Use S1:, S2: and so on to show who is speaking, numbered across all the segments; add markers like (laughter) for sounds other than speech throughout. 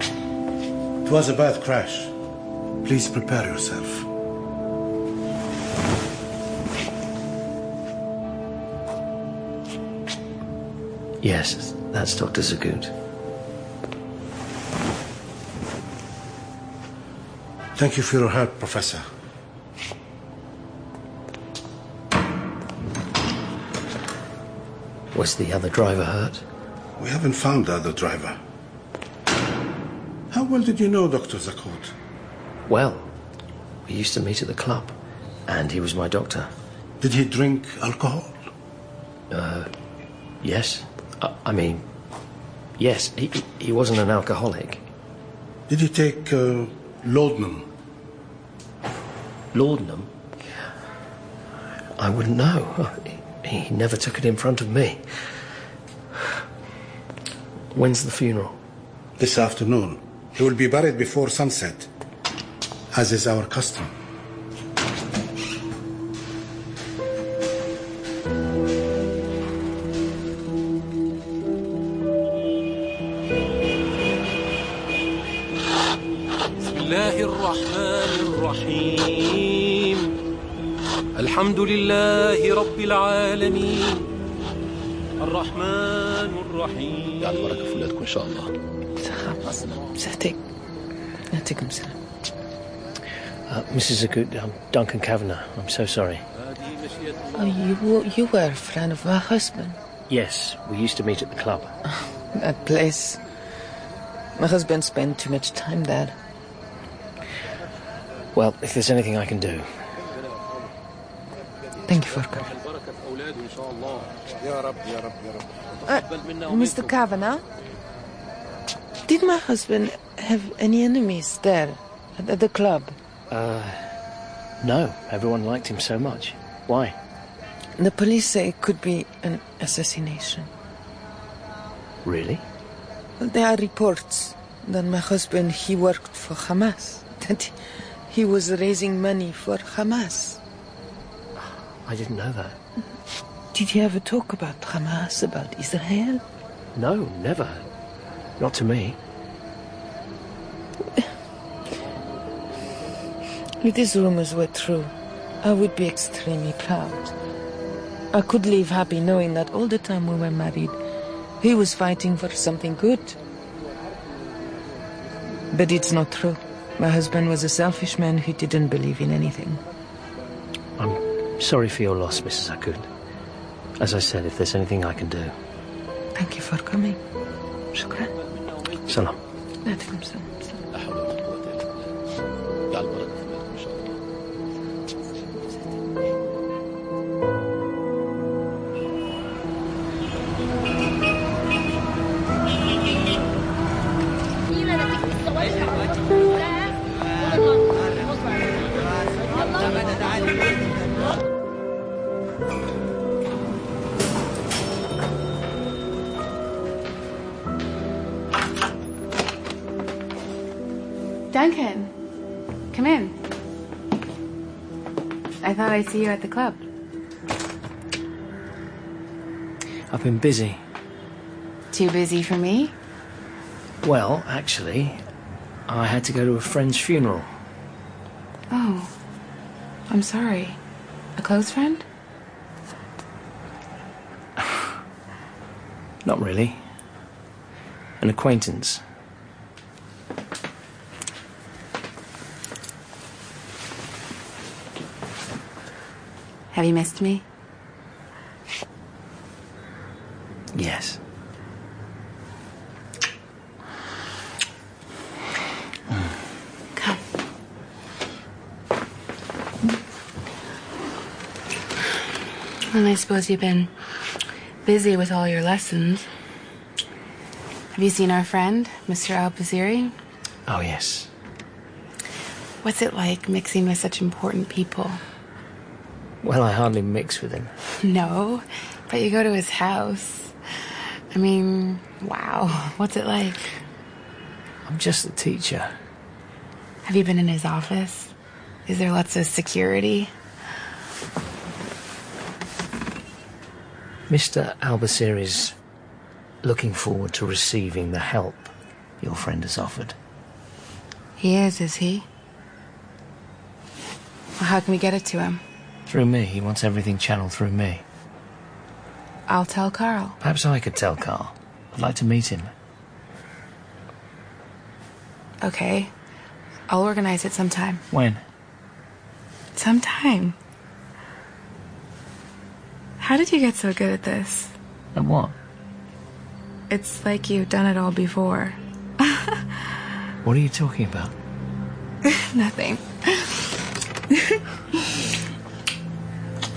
S1: It was a bad crash. Please prepare yourself.
S2: Yes, that's Dr. Zagut.
S1: Thank you for your help, Professor.
S2: Was the other driver hurt?
S1: We haven't found the other driver. How well did you know Dr. Zakut?
S2: Well, we used to meet at the club, and he was my doctor.
S1: Did he drink alcohol?
S2: Uh, Yes? I, I mean, yes, he, he- he wasn't an alcoholic.
S1: Did he take uh, laudanum?
S2: Laudanum? I wouldn't know. He, he never took it in front of me. When's the funeral?
S1: This afternoon. He will be buried before sunset, as is our custom.
S3: بسم الله الرحمن الرحيم الحمد لله رب العالمين الرحمن الرحيم
S4: يعني بركه في ولادكم ان شاء الله
S5: خلصنا بصحتك يعطيكم السلام
S2: Uh, Mrs. Zagut, um, Duncan Kavanagh. I'm so sorry.
S3: هذه مشيئة الله.
S5: Oh, you, you were a friend of my husband.
S2: Yes, we used to meet at the club.
S5: That place. My husband spent too much time there.
S2: Well, if there's anything I can do.
S5: Thank you for coming.
S3: البركة في أولاده إن شاء الله
S1: يا رب يا رب يا رب.
S3: تقبل منا
S5: Eh,
S6: Mr. Kavanaugh?
S5: Did my husband have any enemies there at, at the club?
S2: Uh, No, everyone liked him so much. Why?
S5: The police say it could be an assassination.
S2: Really?
S5: There are reports that my husband he worked for Hamas. (laughs) That he was raising money for Hamas.
S2: I didn't know that.
S5: Did you ever talk about Hamas, about Israel?
S2: No, never. Not to me.
S5: If these rumors were true, I would be extremely proud. I could live happy knowing that all the time we were married, he was fighting for something good. But it's not true. My husband was a selfish man who didn't believe in anything.
S2: I'm sorry for your loss, Mrs. Akut. As I said, if there's anything I can do.
S5: Thank you for coming. شكرا.
S2: Salam.
S5: يعطيكم السلامة.
S4: لا حول ولا قوه الا بالله يعني بركه في ولادكم ان شاء الله
S6: Duncan, come in. I thought I'd see you at the club.
S2: I've been busy.
S6: Too busy for me?
S2: Well, actually, I had to go to a friend's funeral.
S6: Oh, I'm sorry. A close friend?
S2: Not really. An acquaintance.
S6: Have you missed me?
S2: Yes.
S6: Come.
S7: Well, I suppose you've been busy with all your lessons.
S6: Have you seen our friend, Mr. Al Baziri?
S2: Oh, yes.
S7: What's it like mixing with such important people?
S2: Well, I hardly mix with him.
S7: No, but you go to his house. I mean, wow. What's it like?
S2: I'm just a teacher.
S7: Have you been in his office? Is there lots of security?
S2: Mr. Albasiri's looking forward to receiving the help your friend has offered.
S7: He is, is he?
S6: Well, how can we get it to him?
S2: Through me, he wants everything channeled through me.
S6: I'll tell Carl.
S2: Perhaps I could tell Carl. I'd like to meet him.
S6: Okay. I'll organize it sometime.
S2: When?
S6: Sometime. How did you get so good at this?
S2: And what?
S6: It's like you've done it all before. (laughs)
S2: What are you talking about?
S7: (laughs)
S6: Nothing.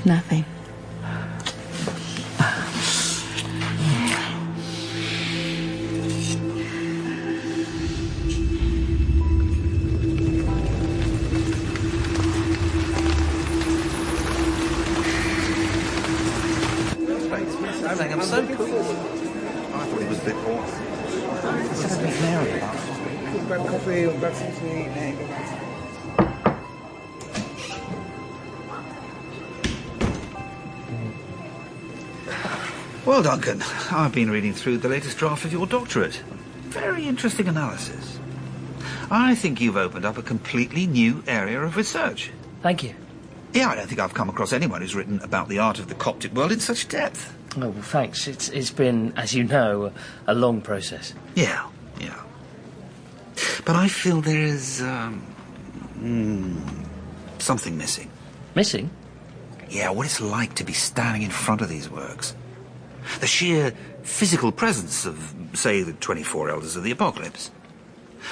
S6: Nothing.
S8: I'm so cool. I thought he was a bit bored. Well, Duncan, I've been reading through the latest draft of your doctorate. Very interesting analysis. I think you've opened up a completely new area of research.
S2: Thank you.
S8: Yeah, I don't think I've come across anyone who's written about the art of the Coptic world in such depth.
S2: Oh, well, thanks. It's, it's been, as you know, a, a long process.
S8: Yeah, yeah. But I feel there is um, mm, something missing.
S2: Missing?
S8: Yeah, what it's like to be standing in front of these works. The sheer physical presence of, say, the 24 Elders of the Apocalypse.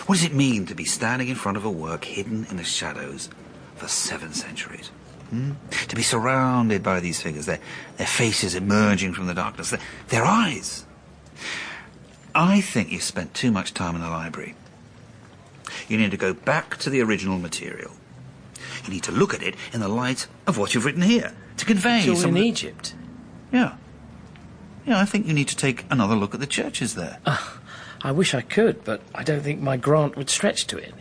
S8: What does it mean to be standing in front of a work hidden in the shadows for seven centuries? Hmm? To be surrounded by these figures, their, their faces emerging from the darkness, their, their eyes. I think you spent too much time in the library. You need to go back to the original material. You need to look at it in the light of what you've written here to convey
S2: It's all
S8: some.
S2: in
S8: of the-
S2: Egypt.
S8: Yeah. Yeah, I think you need to take another look at the churches there.
S2: Ah, I wish I could, but I don't think my grant would stretch to it.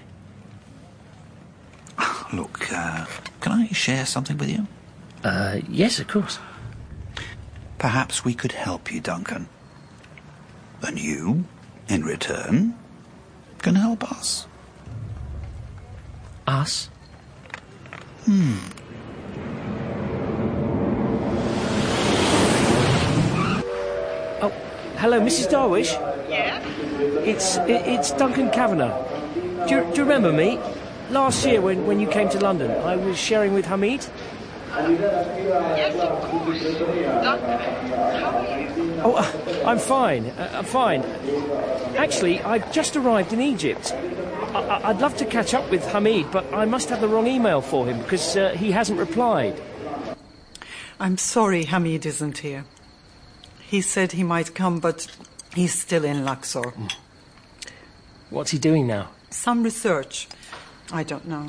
S8: (sighs) Look, uh, can I share something with you?
S2: Uh, yes, of course.
S8: Perhaps we could help you, Duncan. And you, in return, can help us.
S2: Us? Hmm. Oh, hello, Mrs. Darwish. Yeah. It's it, it's Duncan Kavanagh. Do you, do you remember me? Last year, when, when you came to London, I was sharing with Hamid.
S9: Yes, of course. Doctor, how are you?
S2: Oh, uh, I'm fine. Uh, I'm fine. Actually, I've just arrived in Egypt. I- I- I'd love to catch up with Hamid, but I must have the wrong email for him because uh, he hasn't replied.
S10: I'm sorry Hamid isn't here. He said he might come, but he's still in Luxor.
S2: Hmm. What's he doing now?
S10: Some research. I don't know.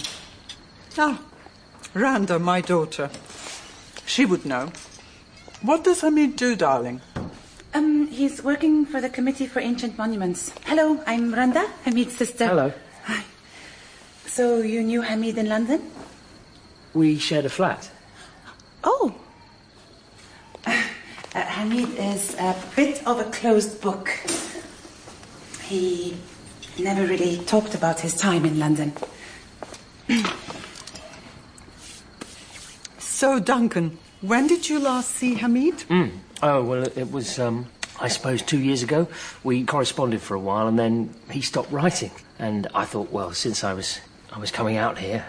S10: Ah, Randa, my daughter. She would know. What does Hamid do, darling?
S11: Um, he's working for the Committee for Ancient Monuments. Hello, I'm Randa, Hamid's sister.
S2: Hello.
S11: So you knew Hamid in London?
S2: We shared a flat.
S11: Oh. Uh, Hamid is a bit of a closed book. He never really talked about his time in London.
S10: So, Duncan, when did you last see Hamid?
S2: Oh, well, it was, um, I suppose, two years ago. We corresponded for a while and then he stopped writing. And I thought, well, since I was, I was coming out here,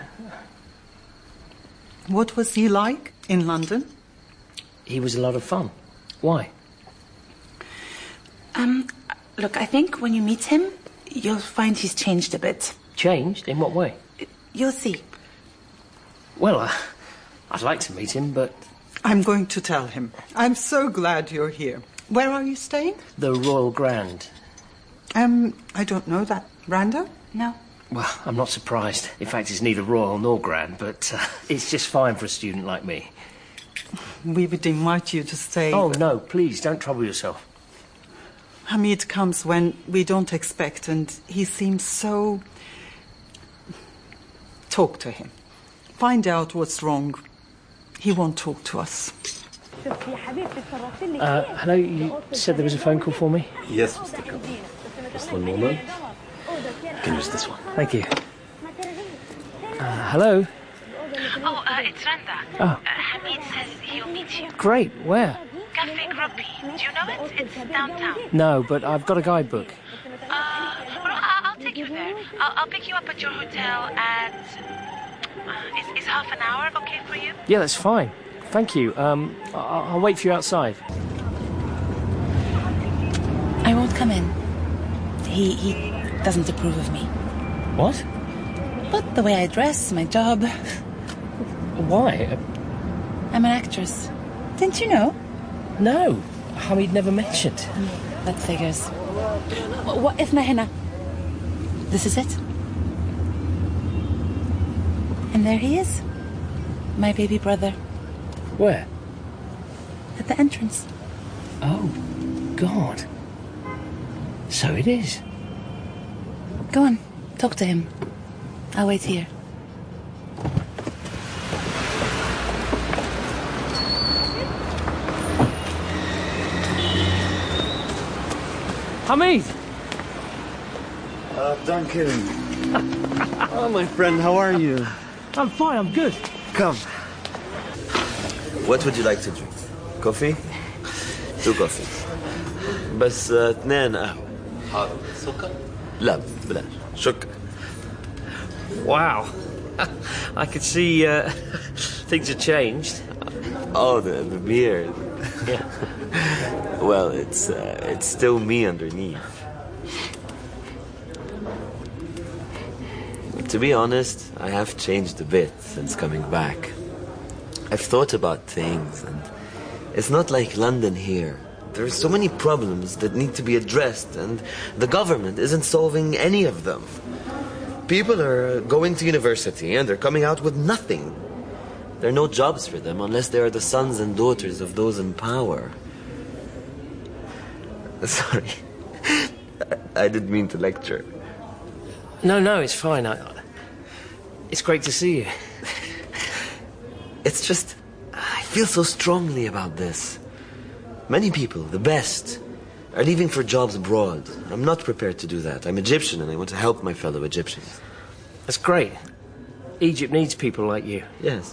S10: What was he like in London?
S2: he was a lot of fun. Why?
S11: Um, look, I think when you meet him, you'll find he's changed a bit.
S2: Changed? In what way?
S11: You'll see.
S2: Well, uh, I'd like to meet him, but
S10: I'm going to tell him. I'm so glad you're here. Where are you staying?
S2: the Royal Grand.
S10: Um, I don't know that. Randa?
S11: No?
S2: Well, I'm not surprised. In fact, it's neither royal nor grand, but uh, it's just fine for a student like me.
S10: We would invite you to stay.
S2: Oh, no, please, don't trouble yourself.
S10: Hamid comes when we don't expect, and he seems so. Talk to him. Find out what's wrong. He won't talk to us.
S2: Uh, hello, you said there was a phone call for me?
S12: Yes, Mr. Cooper. It's the normal. You can use this one.
S2: Thank you. Uh, hello?
S13: Oh, uh, it's Randa.
S2: Oh.
S13: Uh, Hamid says he'll meet you.
S2: Great, where?
S13: Cafe Gruppi. Do you know it? It's downtown.
S2: No, but I've got a guidebook.
S13: Uh, well, I- I'll take you there. I'll, I'll pick you up at your hotel at. Uh, is, is half an hour okay for you?
S2: Yeah, that's fine. Thank you. Um, I- I'll wait for you outside.
S14: I won't come in. He he doesn't approve of me.
S2: What?
S14: But the way I dress, my job.
S2: Why?
S14: I'm an actress. Didn't you know?
S2: No. Hamid never mentioned.
S14: That figures. وقفنا هنا. This is it. And there he is. My baby brother.
S2: Where?
S14: At the entrance.
S2: Oh, God. So it is.
S14: Go on. Talk to him. I'll wait here.
S2: Hamid!
S12: Uh, Duncan. (laughs) oh, my friend, how are you?
S2: I'm fine, I'm good.
S12: Come.
S15: What would you like to drink?
S12: (laughs)
S15: Coffee? Two coffee. uh, بس آه، اثنين قهوة.
S4: حاضر سكر
S15: لا بلاش. شكرا.
S2: (laughs)
S16: Wow. I could see uh, things have changed.
S15: Oh, the, the beard. well, it's uh, it's still me underneath. To be honest, I have changed a bit since coming back. I've thought about things, and it's not like London here. There are so many problems that need to be addressed, and the government isn't solving any of them. People are going to university and they're coming out with nothing. There are no jobs for them unless they are the sons and daughters of those in power. (laughs) Sorry. (laughs) I didn't mean to lecture.
S2: No, no, it's fine. I, I- it's great to see you.
S15: It's just. I feel so strongly about this. Many people, the best, are leaving for jobs abroad. I'm not prepared to do that. I'm Egyptian and I want to help my fellow Egyptians.
S2: That's great. Egypt needs people like you.
S15: Yes.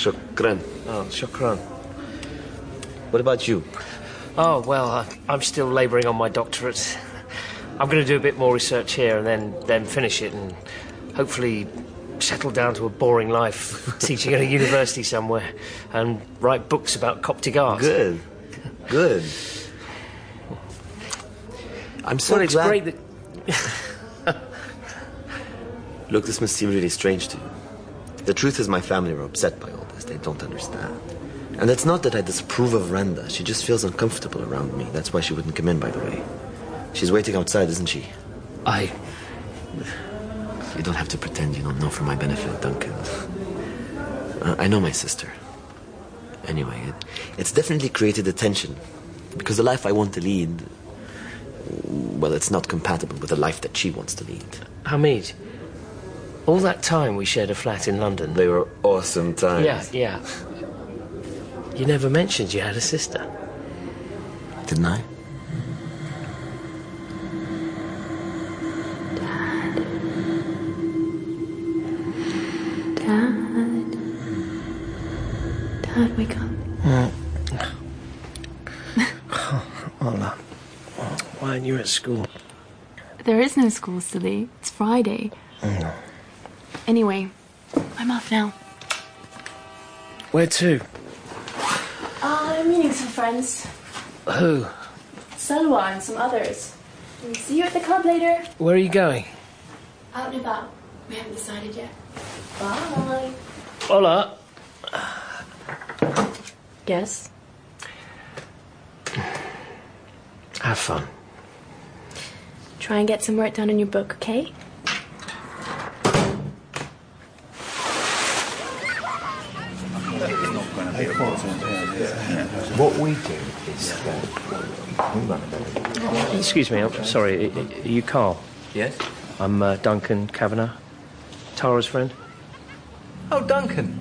S15: Shukran. Oh, shukran. What about you?
S2: Oh, well, I, I'm still labouring on my doctorate. I'm going to do a bit more research here and then, then finish it and hopefully settle down to a boring life (laughs) teaching at a university somewhere and write books about Coptic art.
S15: Good.
S2: (laughs)
S15: Good. I'm so
S2: well, it's
S15: glad-
S2: great that.
S15: Look, this must seem really strange to you. The truth is, my family are upset by all this. They don't understand. And it's not that I disapprove of Randa. Uh, She just feels uncomfortable around me. That's why she wouldn't come in, by the way. She's waiting outside, isn't she?
S2: I.
S15: You don't have to pretend you don't know for my benefit, Duncan. (laughs) Uh, I know my sister. Anyway, it, it's definitely created a tension. Because the life I want to lead, well, it's not compatible with the life that she wants to lead.
S2: Hamid, all that time we shared a flat in London.
S15: They were awesome times.
S2: Yeah, yeah. You never mentioned you had a sister.
S15: Didn't I?
S6: Dad. Dad, wake up.
S2: Well, uh, why aren't you at school?
S6: There is no school, silly. It's Friday. Anyway, I'm off now.
S2: Where to?
S6: Ah, I'm meeting some friends.
S2: Who?
S6: Salwa and some others. See you at the club later.
S2: Where are you going?
S6: Out and about. We haven't decided yet. Bye.
S2: Hola.
S6: Yes?
S2: Have fun.
S6: Try and get some work done in your book, okay?
S8: What we do is that.
S2: Excuse me, I'm sorry. i- i- Are you Carl?
S16: Yes?
S2: I'm uh, Duncan Kavanagh, Tara's friend.
S16: Oh, Duncan.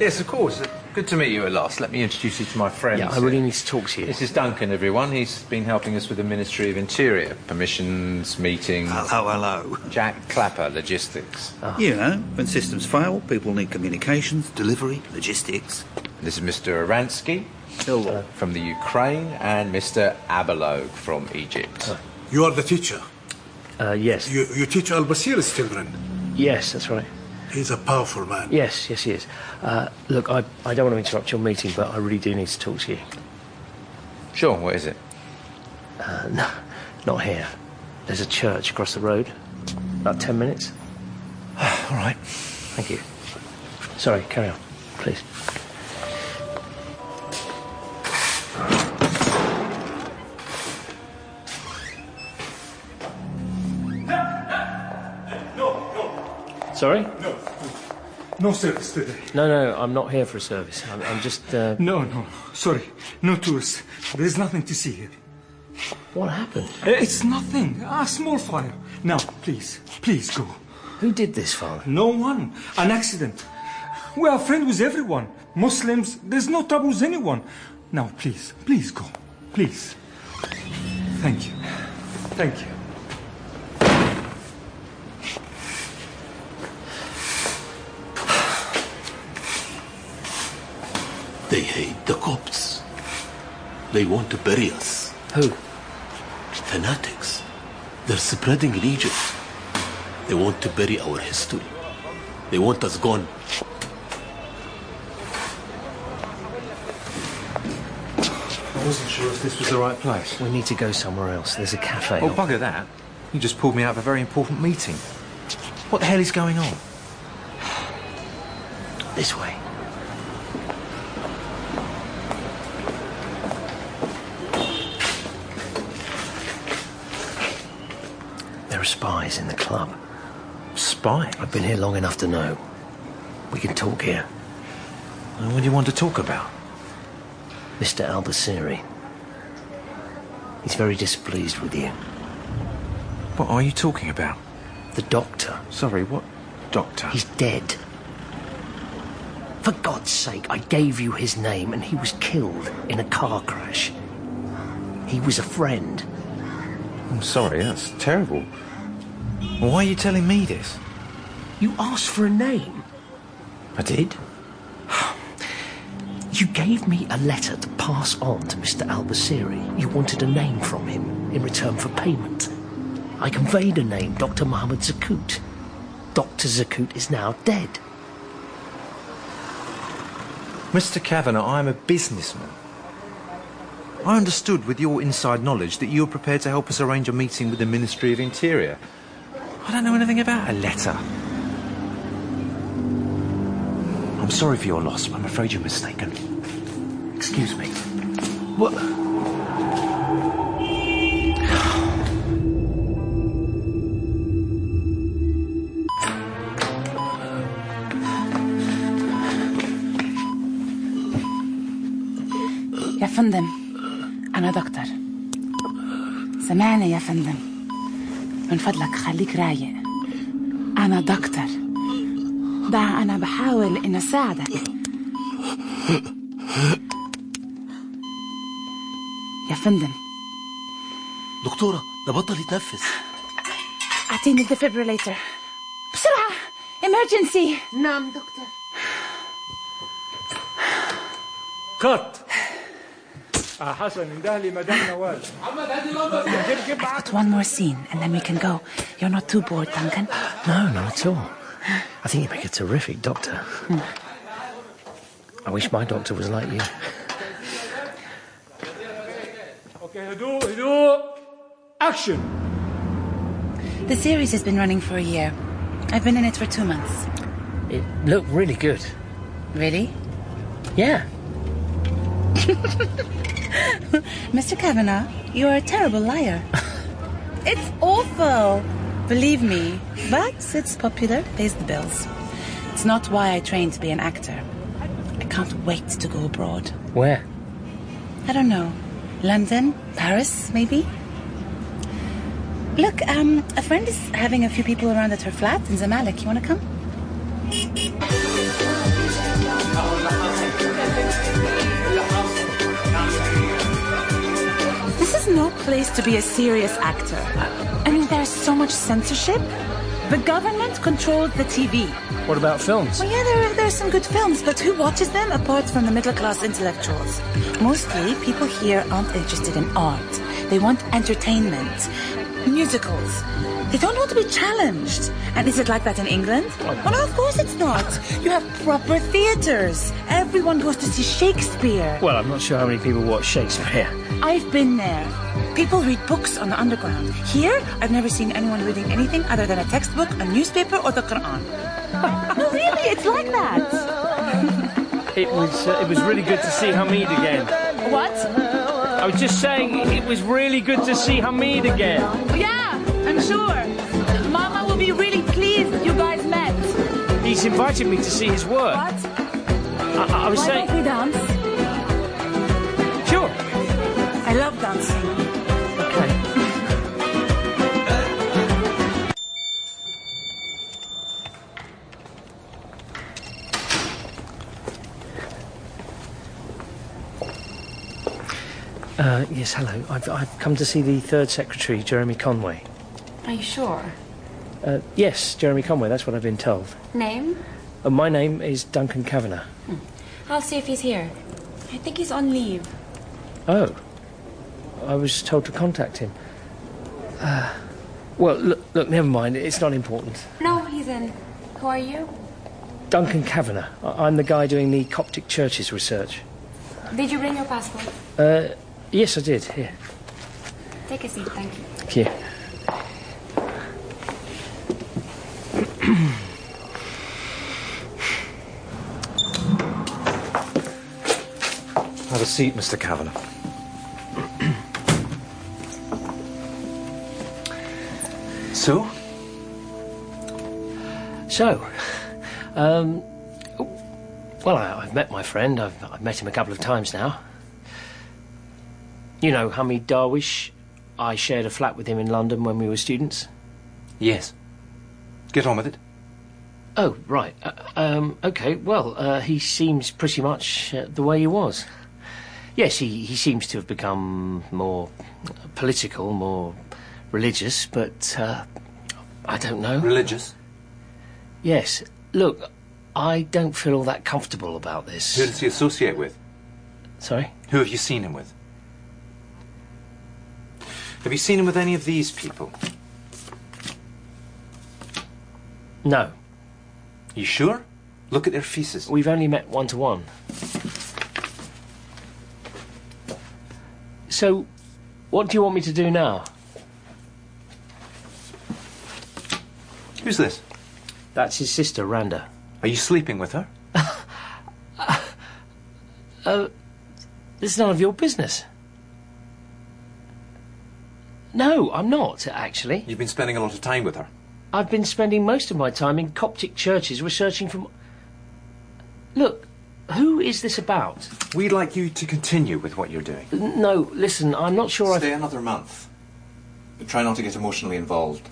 S16: Yes, of course.
S17: Good to meet you at last. Let me introduce you to my friends.
S2: Yeah, I really need to talk to you.
S17: This is Duncan, everyone. He's been helping us with the Ministry of Interior. Permissions, meetings.
S8: Hello, hello.
S17: Jack Clapper, logistics.
S2: Ah.
S8: You know, when systems fail, people need communications, delivery, logistics.
S17: This is Mr. Aransky. uh, From the Ukraine, and Mr. Abalog from Egypt.
S18: You are the teacher.
S2: Ah. Uh, yes.
S18: You, you teach Al Basir's children.
S2: Yes, that's right.
S18: He's a powerful man.
S2: Yes, yes, he is. Uh, look, I, I don't want to interrupt your meeting, but I really do need to talk to you.
S17: Sure, what is it?
S2: Uh, no, not here. There's a church across the road. About ten minutes.
S17: (sighs) All right.
S2: Thank you. Sorry, carry on, please. Sorry?
S18: No. No service today.
S2: No, no, I'm not here for a service. I'm, I'm just. Uh,
S19: No, no, no. Sorry. No tours. There is nothing to see here. Uh,
S2: What happened?
S19: It's nothing. A small fire. Now, please, please go.
S2: Who did this fire?
S19: No one. An accident. We are friends with everyone. Muslims. There's no trouble with anyone. Now, please, please go. Please. Thank you. Thank you.
S20: They hate the Copts. They want to bury us.
S2: Who?
S20: Fanatics. They're spreading in Egypt. They want to bury our history. They want us gone.
S17: I wasn't sure if this was the right place.
S2: We need to go somewhere else. There's a cafe.
S17: Oh, bugger that. You just pulled me out of a very important meeting. What the hell is going on?
S2: This way. There are spies in the club. Spy? I've been here long enough to know. We can talk here.
S17: What do you want to talk about?
S2: Mr. Albasiri. He's very displeased with you.
S17: What are you talking about?
S2: The doctor.
S17: Sorry, what doctor?
S2: He's dead. For God's sake, I gave you his name and he was killed in a car crash. He was a friend.
S17: I'm sorry, that's terrible. Why are you telling me this?
S2: You asked for a name.
S17: I did.
S2: You gave me a letter to pass on to Mr. Albasiri. You wanted a name from him in return for payment. I conveyed a name, Dr. Mohammed Zakut. Dr. Zakut is now dead.
S17: Mr. Kavanagh, I'm a businessman. I understood with your inside knowledge that you were prepared to help us arrange a meeting with the Ministry of Interior. I don't know anything about a letter. I'm sorry for your loss, but I'm afraid you're mistaken. Excuse me. What?
S11: يا فندم أنا دكتور سمعني يا فندم من فضلك خليك رايق أنا دكتور دع أنا بحاول إني أساعدك يا فندم
S20: دكتورة ده بطل يتنفس
S11: أعطيني الديفبريليتر بسرعة emergency
S21: نعم دكتور
S19: Cut. Ah, آه حسن انتهى لي مدام نوال. جيب جيب
S11: I put one more scene and then we can go. You're not too bored, Duncan.
S2: No, not at all. I think you'd make a terrific doctor. I wish my doctor was like you.
S19: Okay, هدوء هدوء. Action.
S11: The series has been running for a year. I've been in it for two months.
S2: It looked really good.
S11: Really?
S2: Yeah.
S11: Mr. Kavanaugh, you are a terrible liar. it's awful. Believe me. But it's popular, pays the bills. It's not why I trained to be an actor. I can't wait to go abroad.
S2: Where?
S11: I don't know. London? Paris, maybe? Look, um, a friend is having a few people around at her flat in Zamalek. You want to come? place to be a serious actor. I mean, there's so much censorship. The government controlled the TV.
S2: What about films?
S11: Well, yeah, there are, there are some good films, but who watches them apart from the middle class intellectuals? Mostly, people here aren't interested in art. They want entertainment, musicals. They don't want to be challenged. And is it like that in England? Well, no, of course it's not. You have proper theaters. Everyone goes to see Shakespeare.
S2: Well, I'm not sure how many people watch Shakespeare.
S11: I've been there. People read books on the underground. Here, I've never seen anyone reading anything other than a textbook, a newspaper, or the Quran. (laughs) no, really, it's like that.
S2: It was uh, it was really good to see Hamid again.
S11: What?
S2: I was just saying it was really good to see Hamid again.
S11: Yeah, I'm sure. Mama will be really pleased you guys met.
S2: He's invited me to see his work.
S11: What?
S2: I, I- I was
S11: Why
S2: saying,
S11: don't we dance?
S2: sure.
S11: I love dancing.
S2: Uh, yes, hello. I've, I've come to see the third secretary, Jeremy Conway.
S6: Are you sure?
S2: Uh, yes, Jeremy Conway. That's what I've been told.
S6: Name?
S2: Uh, my name is Duncan Kavanagh.
S6: I'll see if he's here. I think he's on leave.
S2: Oh, I was told to contact him. Uh, well, look, look, never mind. It's not important.
S6: No, he's in. Who are you?
S2: Duncan Kavanagh. I- I'm the guy doing the Coptic churches research.
S6: Did you bring your passport?
S2: Uh, yes, I did. Here,
S6: Take a seat, thank you.
S2: thank you.
S17: Have a seat, Mr. Kavanagh. so?
S2: So, (laughs) um, well, I, I've met my friend. I've, I've met him a couple of times now. You know, Hamid Darwish. I shared a flat with him in London when we were students.
S17: Yes. Get on with it.
S2: Oh, right. Uh, um, okay, well, uh, he seems pretty much uh, the way he was. Yes, he, he seems to have become more political, more religious, but uh, I don't know.
S17: Religious?
S2: Yes. Look, I don't feel all that comfortable about this.
S17: Who does he associate with?
S2: Sorry?
S17: Who have you seen him with? Have you seen him with any of these people?
S2: No.
S17: You sure? Look at their faces.
S2: We've only met one to one. So, what do you want me to do now?
S17: Who's this?
S2: That's his sister, Randa.
S17: Are you sleeping with her?
S2: Uh, this is none of your business. No, I'm not, actually.
S17: You've been spending a lot of time with her.
S2: I've been spending most of my time in Coptic churches researching from. Look, who is this about?
S17: We'd like you to continue with what you're doing.
S2: N- No, listen, I'm not sure
S17: Stay another month. But try not to get emotionally involved.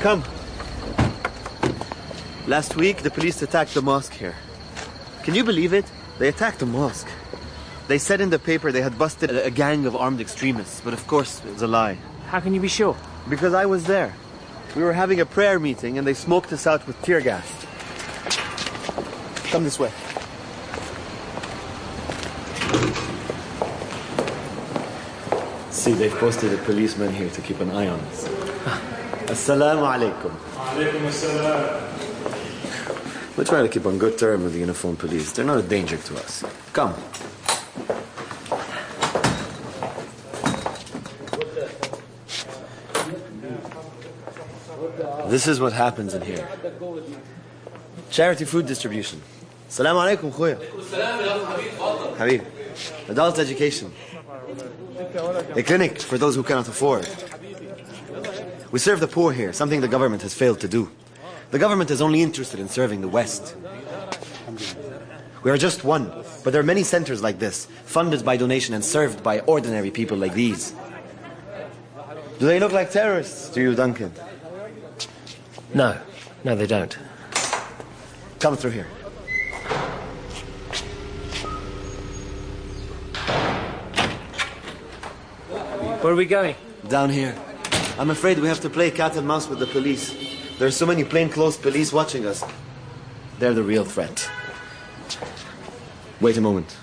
S12: Come. Last week, the police attacked the mosque here. Can you believe it? They attacked the mosque. They said in the paper they had busted a a gang of armed extremists, but of course it was a lie.
S2: How can you be sure?
S12: Because I was there. We were having a prayer meeting and they smoked us out with tear gas. Come this way.
S15: See, they've posted a policeman here to keep an eye on us.
S12: (laughs)
S15: Assalamu alaikum. We're trying to keep on good terms with the uniformed police. They're not a danger to us. Come. This is what happens in here. Charity food distribution. Assalamu alaikum, خويا. Habib. Adult education. A clinic for those who cannot afford. We serve the poor here, something the government has failed to do. The government is only interested in serving the West. We are just one, but there are many centers like this, funded by donation and served by ordinary people like these. Do they look like terrorists to you, Duncan?
S2: No, no, they don't.
S15: Come through here.
S19: Where are we going?
S15: Down here. I'm afraid we have to play cat and mouse with the police. There are so many plainclothes police watching us. They're the real threat. Wait a moment.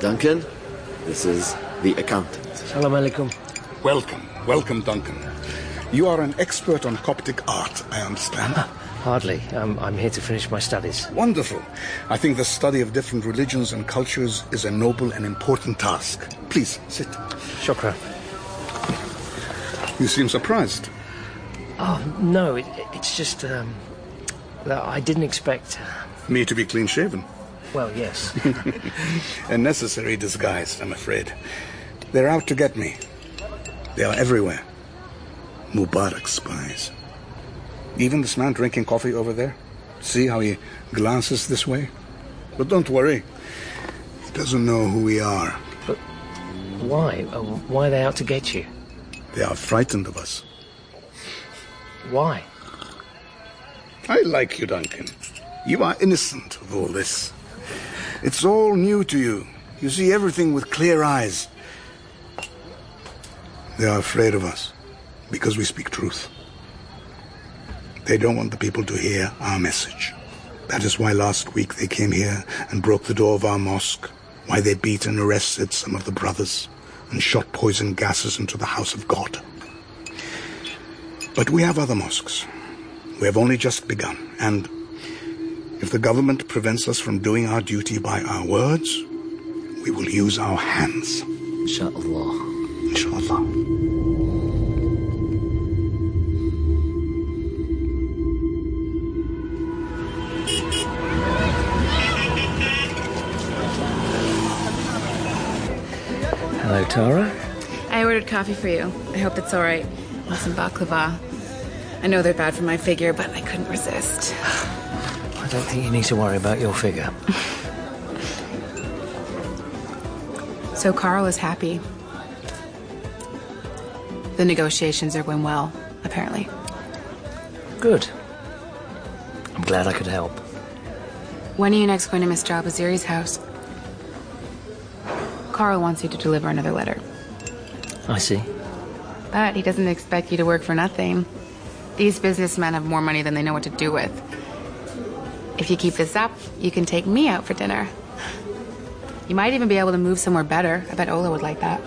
S22: Duncan, this is the accountant.
S19: Salam alaikum.
S23: Welcome, welcome, Duncan. You are an expert on Coptic art, I understand.
S2: Ah, Hardly. Um, I'm here to finish my studies.
S23: Wonderful. I think the study of different religions and cultures is a noble and important task. Please, sit.
S2: Shukran.
S23: You seem surprised.
S2: Oh, no, it, it's just um, that I didn't expect.
S23: Me to be clean shaven.
S2: Well, yes.
S23: (laughs) a necessary disguise, I'm afraid. They're out to get me. They are everywhere. Mubarak spies. Even this man drinking coffee over there. See how he glances this way? But don't worry. He doesn't know who we are.
S2: But why? Uh, Why are they out to get you?
S23: They are frightened of us.
S2: Why?
S23: I like you, Duncan. You are innocent of all this. It's all new to you. You see everything with clear eyes. They are afraid of us because we speak truth. They don't want the people to hear our message. That is why last week they came here and broke the door of our mosque, why they beat and arrested some of the brothers and shot poison gases into the house of God. But we have other mosques. We have only just begun, and if the government prevents us from doing our duty by our words, we will use our hands.
S2: Inshallah.
S23: Inshallah.
S2: Hello, Tara.
S7: I ordered coffee for you. I hope it's all right. And some baklava. I know they're bad for my figure, but I couldn't resist.
S2: I don't think you need to worry about your figure.
S7: So Carl is happy. The negotiations are going well, apparently.
S2: Good. I'm glad I could help.
S7: When are you next going to Mr. Abaziri's house? Carl wants you to deliver another letter,
S2: I see.
S7: but he doesn't expect you to work for nothing. These businessmen have more money than they know what to do with. If you keep this up, you can take me out for dinner. You might even be able to move somewhere better. I bet Ola would like that.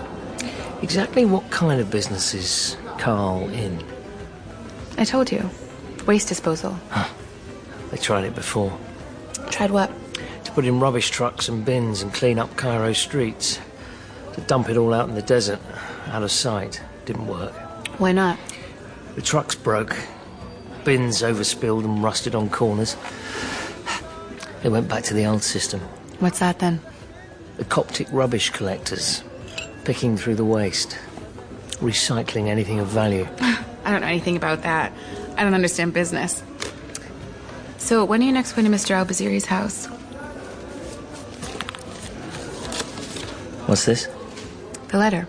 S2: Exactly what kind of business is Carl in?
S7: I told you. Waste disposal.
S2: They tried it before.
S7: Tried what?
S2: To put in rubbish trucks and bins and clean up Cairo streets. To dump it all out in the desert, out of sight. Didn't work.
S7: Why not?
S2: The trucks broke. Bins overspilled and rusted on corners. They went back to the old system.
S7: What's that then?
S2: The Coptic rubbish collectors. Picking through the waste. Recycling anything of value.
S7: I don't know anything about that. I don't understand business. So, when are you next going to Mr. Al Baziri's house?
S2: What's this?
S7: The letter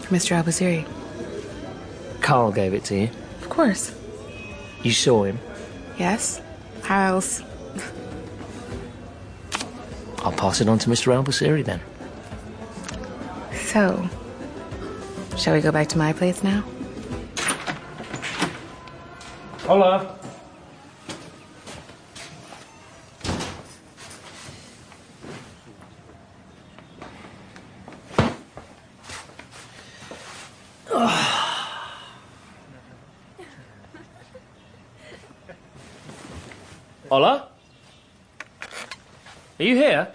S7: from Mr. Al Baziri.
S2: Carl gave it to you.
S7: Of course.
S2: You saw him.
S7: Yes? How else?
S2: I'll pass it on to Mr. Albusiri then.
S7: So, shall we go back to my place now?
S19: Hola. Hola? Are you here?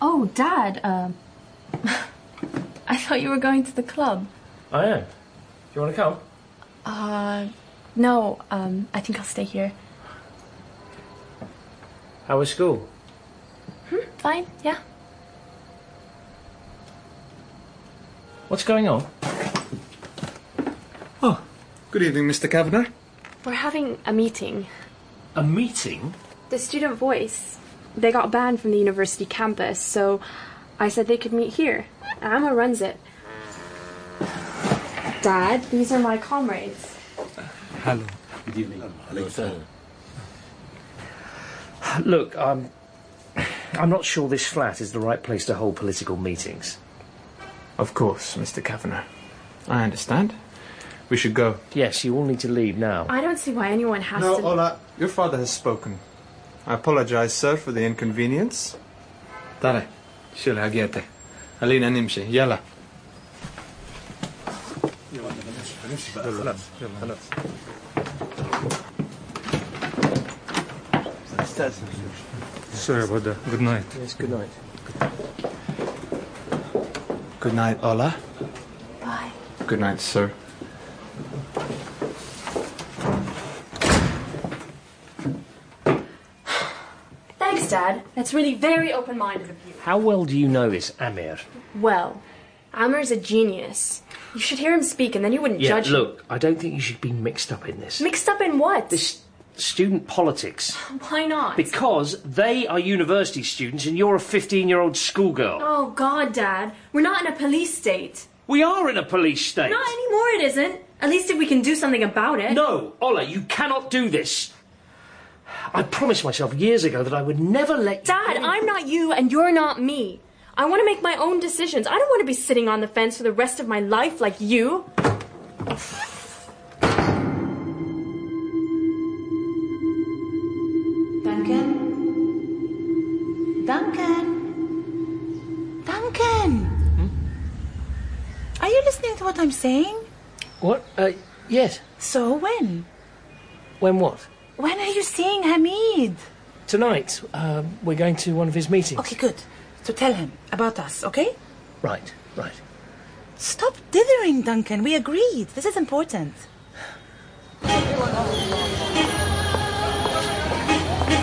S6: Oh, Dad, um. (laughs) I thought you were going to the club.
S19: I am. Do you want to come?
S6: Uh. No, um, I think I'll stay here.
S19: How was school?
S6: fine, yeah.
S24: What's going on?
S25: Oh, good evening, Mr. Kavanagh.
S6: We're having a meeting.
S2: A meeting?
S6: The student voice. They got banned from the university campus, so I said they could meet here. Amma runs it. Dad, these are my comrades.
S25: Hello.
S26: Good evening.
S2: (sighs) Look, I'm. I'm not sure this flat is the right place to hold political meetings.
S19: Of course, Mr. Kavanagh. I understand. We should go.
S2: Yes, you all need to leave now.
S6: I don't see why anyone has
S19: No,
S6: to.
S2: oh.
S19: Ola, your father has spoken. I apologize, sir, for the inconvenience. Tare, شيل حاجاتك. خلينا نمشي، يلا.
S25: Sorry about that. Good night.
S2: Yes, good night.
S19: Good night, Ola.
S6: Bye.
S19: Good night, sir.
S6: Thanks, Dad. That's really very open minded of you.
S2: How well do you know this, Amir?
S6: Well, Amr's a genius. You should hear him speak and then you wouldn't
S2: Yeah,
S6: judge him.
S2: look, I don't think you should be mixed up in this.
S6: Mixed up in what?
S2: This student politics.
S6: Why not?
S2: Because they are university students and you're a 15 year old schoolgirl.
S6: Oh, God, Dad. We're not in a police state.
S2: We are in a police state.
S6: Not anymore, it isn't. At least if we can do something about it.
S2: No, Ola, you cannot do this. I promised myself years ago that I would never let you.
S6: Dad, I'm not you and you're not me. I want to make my own decisions. I don't want to be sitting on the fence for the rest of my life like you.
S11: Duncan? Duncan? Duncan!
S2: Hmm?
S11: Are you listening to what I'm saying?
S2: What? Uh, yes.
S11: So when?
S2: When what?
S11: When are you seeing Hamid?
S2: Tonight, um, we're going to one of his meetings.
S11: Okay, good. So tell him about us, okay?
S2: Right, right.
S11: Stop dithering, Duncan. We agreed. This is important.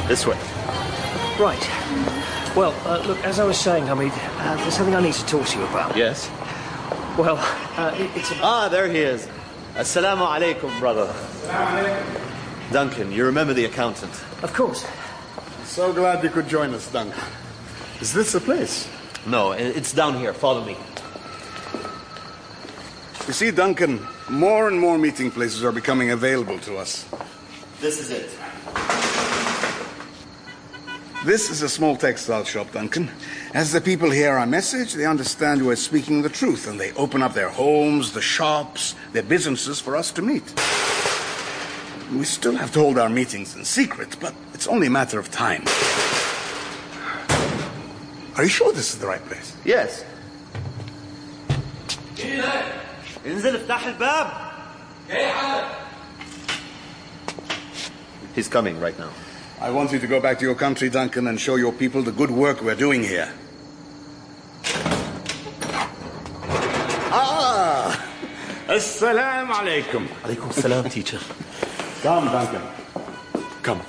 S2: This way. Right. Well, uh, look, as I was saying, Hamid, uh, there's something I need to talk to you about.
S15: Yes?
S2: Well, uh, it- it's.
S15: Ah, there he is. Assalamu alaikum, brother. Duncan, you remember the accountant?
S2: Of course.
S15: So glad you could join us, Duncan. Is this the place? No, i- it's down here. Follow me.
S23: You see, Duncan, more and more meeting places are becoming available to us.
S15: This is it.
S23: This is a small textile shop, Duncan. As the people hear our message, they understand we're speaking the truth, and they open up their homes, the shops, their businesses for us to meet. We still have to hold our meetings in secret, but it's only a matter of time. Are you sure this is the right place?
S15: Yes. انزل افتح الباب. He's coming right now.
S23: I want you to go back to your country, Duncan, and show your people the good work we're doing here.
S15: Ah!
S23: Assalamu alaikum.
S15: Alaikum salam, teacher.
S23: Come, Duncan.
S15: Come.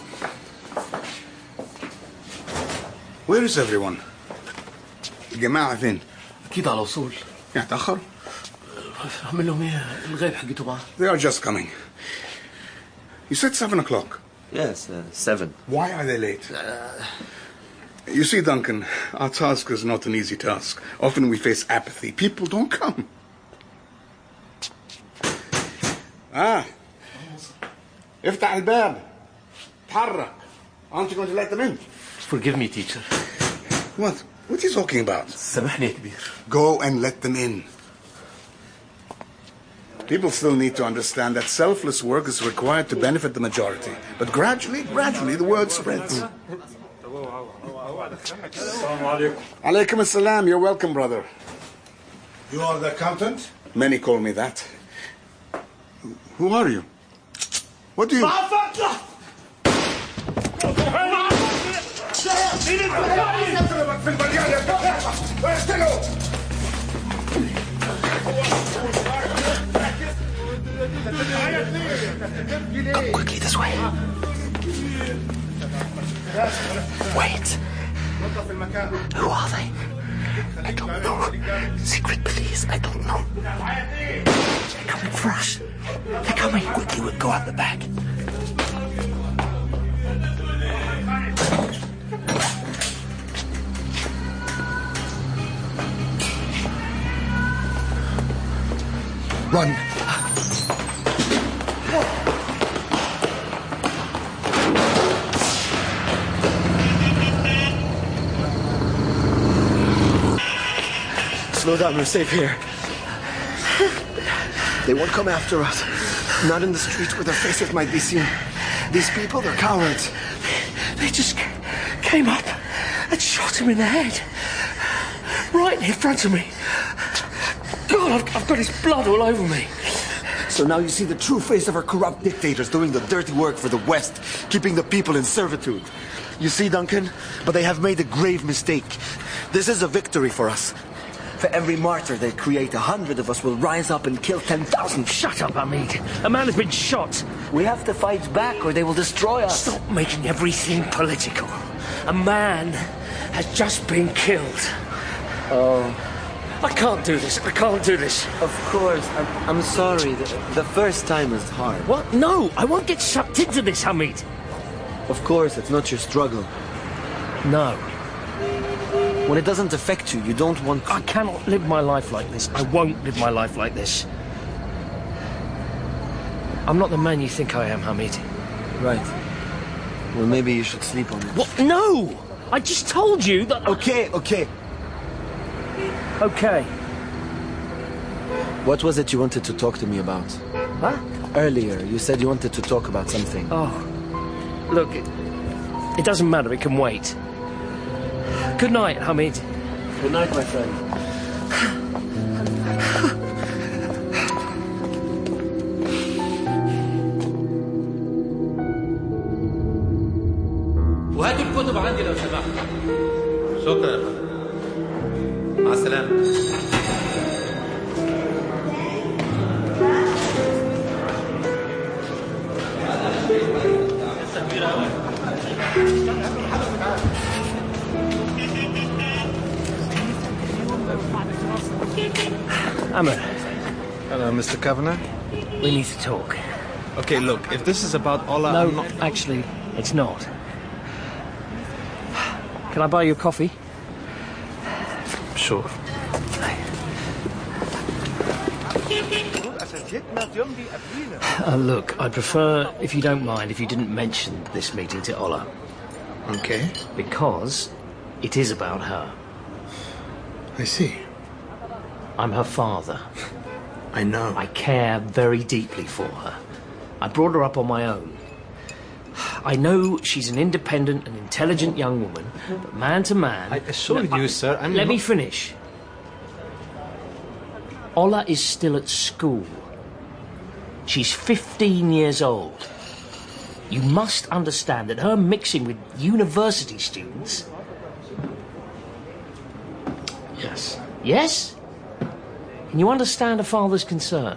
S23: Where is everyone? الجماعة فين؟
S27: أكيد على وصول.
S23: يعني تأخر؟
S27: أعمل لهم إيه؟ الغيب حقته معاه.
S23: They are just coming. You said seven o'clock.
S15: Yes, uh, seven. Uh,
S23: Why are they late? You see, Duncan, our task is not an easy task. Often we face apathy. People don't come. Ah. افتح الباب. اتحرك. Aren't you going to let them in?
S27: Forgive me, teacher.
S23: What? What are you talking about?
S27: سامحني يا كبير.
S23: Go and let them in. People still need to understand that selfless work is required to benefit the majority. But gradually, gradually, the word spreads. Alaikum assalam. You're welcome, brother.
S28: You are the accountant?
S23: Many call me that. Who are you? What do you.
S29: Come quickly this way.
S27: Wait.
S2: Who are they? I don't know. Secret police, I don't know. They're coming for us. They're coming. Quickly, we'll go out the back.
S30: Run.
S15: Slow down, we're safe here. They won't come after us. Not in the street where their faces might be seen. These people, they're cowards.
S2: They just c- came up and shot him in the head. Right in front of me. God, I've, I've got his blood all over me.
S15: So now you see the true face of our corrupt dictators doing the dirty work for the West, keeping the people in servitude. You see, Duncan? But they have made a grave mistake. This is a victory for us. For every martyr they create, a hundred of us will rise up and kill 10,000.
S2: Shut up, Hamid. A man has been shot.
S15: We have to fight back or they will destroy us.
S2: Stop making everything political. A man has just been killed.
S31: Oh,
S2: I can't do this. I can't do this.
S31: of course. I'm, I'm sorry. The, the first time is hard.
S2: What? No, I won't get sucked into this, Hamid.
S31: Of course, it's not your struggle.
S2: No.
S31: When it doesn't affect you, you don't want.
S2: I cannot live my life like this. I won't live my life like this. I'm not the man you think I am, Hamid.
S31: Right. Well, maybe you should sleep on it.
S2: What? No! I just told you that.
S31: Okay, okay.
S2: Okay.
S31: What was it you wanted to talk to me about?
S2: Huh?
S31: Earlier, you said you wanted to talk about something.
S2: Oh. Look, it, it doesn't matter. It can wait. Good night, Hamid.
S31: Good night, my friend.
S32: وهاتوا الكتب عندي لو سمحت
S33: شكرا يا فندم مع السلامة
S2: Amr,
S19: Hello, Mr. Kavanagh.
S2: we need to talk.
S19: Okay, look, if this is about Ola,
S2: no,
S19: I'm not...
S2: actually, it's not. Can I buy you a coffee?
S19: Sure.
S2: Uh, look, I'd prefer, if you don't mind, if you didn't mention this meeting to Ola.
S19: Okay.
S2: Because it is about her.
S19: I see.
S2: I'm her father.
S19: I know.
S2: I care very deeply for her. I brought her up on my own. I know she's an independent and intelligent young woman, but man to man. I
S19: assure you, sir, I'm
S2: Let me
S19: not-
S2: finish. Ola is still at school. She's 15 years old. You must understand that her mixing with university students.
S19: Yes.
S2: Yes? Can you understand a father's concern?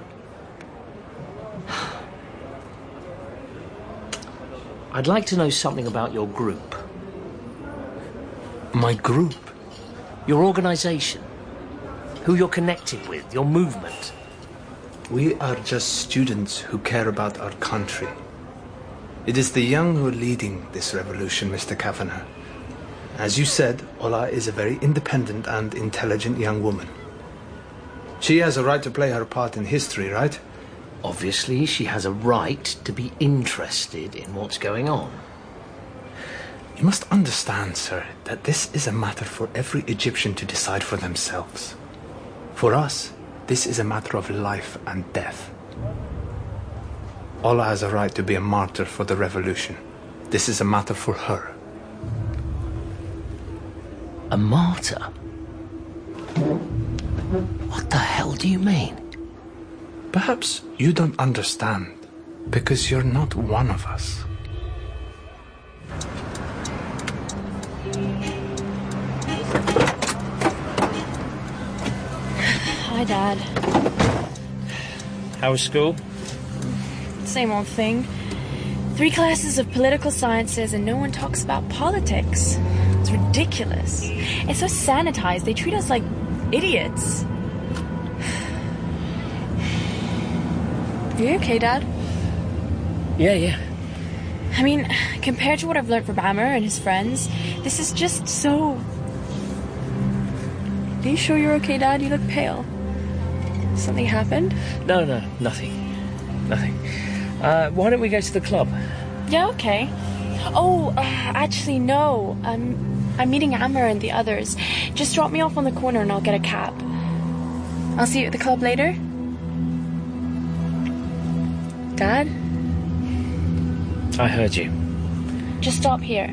S2: (sighs) I'd like to know something about your group.
S19: My group?
S2: Your organisation. Who you're connected with, your movement.
S19: We are just students who care about our country. It is the young who are leading this revolution, Mr. Kavanagh. As you said, Ola is a very independent and intelligent young woman. She has a right to play her part in history, right?
S2: Obviously, she has a right to be interested in what's going on.
S19: You must understand, sir, that this is a matter for every Egyptian to decide for themselves. For us, this is a matter of life and death. Ola has a right to be a martyr for the revolution. This is a matter for her.
S2: A martyr? What the hell do you mean?
S19: Perhaps you don't understand because you're not one of us.
S6: Hi, Dad.
S34: How was school?
S6: Same old thing. Three classes of political sciences, and no one talks about politics. It's ridiculous. It's so sanitized. They treat us like idiots. (sighs) You okay, Dad?
S2: Yeah, yeah.
S6: I mean, compared to what I've learned from Hammer and his friends, this is just so. Are you sure you're okay, Dad? You look pale. Something happened?
S2: No, no, nothing. Nothing. Uh, why don't we go to the club?
S6: Yeah, okay. Oh, uh, actually, no. I'm, I'm meeting Amber and the others. Just drop me off on the corner and I'll get a cab. I'll see you at the club later. Dad,
S2: I heard you.
S6: just stop here.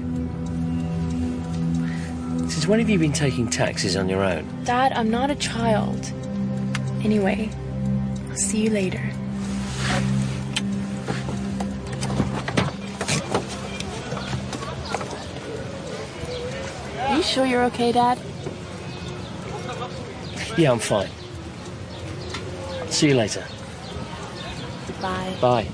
S2: Since when have you been taking taxis on your own?
S6: Dad, I'm not a child. Anyway, I'll see you later.
S35: Are you sure you're okay, Dad?
S2: Yeah, I'm fine. See you later.
S35: Bye.
S2: Bye.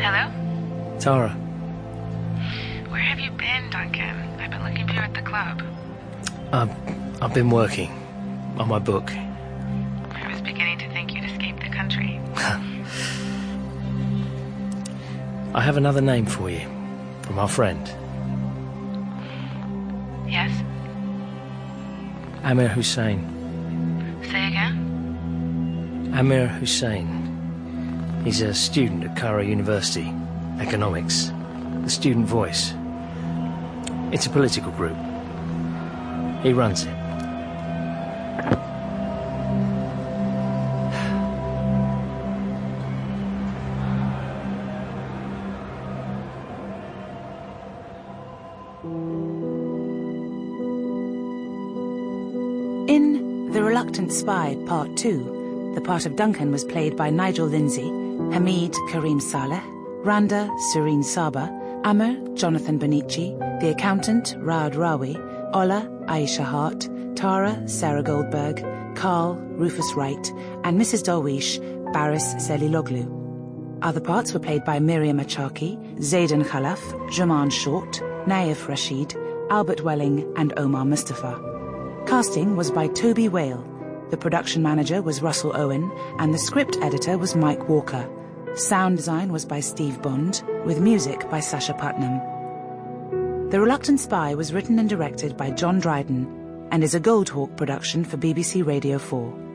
S7: Hello?
S2: Tara,
S7: Where have you been, Duncan? I've been looking for you at the club.
S2: I've, Um, I've been working on my book.
S7: I was beginning to think you'd escaped the country.
S2: (laughs) I have another name for you from our friend,
S7: Yes?
S2: Amir Hussein.
S7: Say again?
S2: Amir Hussein. He's a student at Cairo University, economics, the student voice. It's a political group. He runs it.
S11: In The Reluctant Spy Part 2, the part of Duncan was played by Nigel Lindsay, Hamid Karim Saleh, Randa Serene Saba, Amr Jonathan Bonici, the accountant Raad Rawi, Ola Aisha Hart, Tara Sarah Goldberg, Carl Rufus Wright, and Mrs. Darwish Baris Seliloglu. Other parts were played by Miriam Achaki, Zaydan Khalaf, Jaman Short, Naif Rashid, Albert Welling, and Omar Mustafa. Casting was by Toby Whale. The production manager was Russell Owen, and the script editor was Mike Walker. Sound design was by Steve Bond, with music by Sasha Putnam. The Reluctant Spy was written and directed by John Dryden and is a Goldhawk production for BBC Radio 4.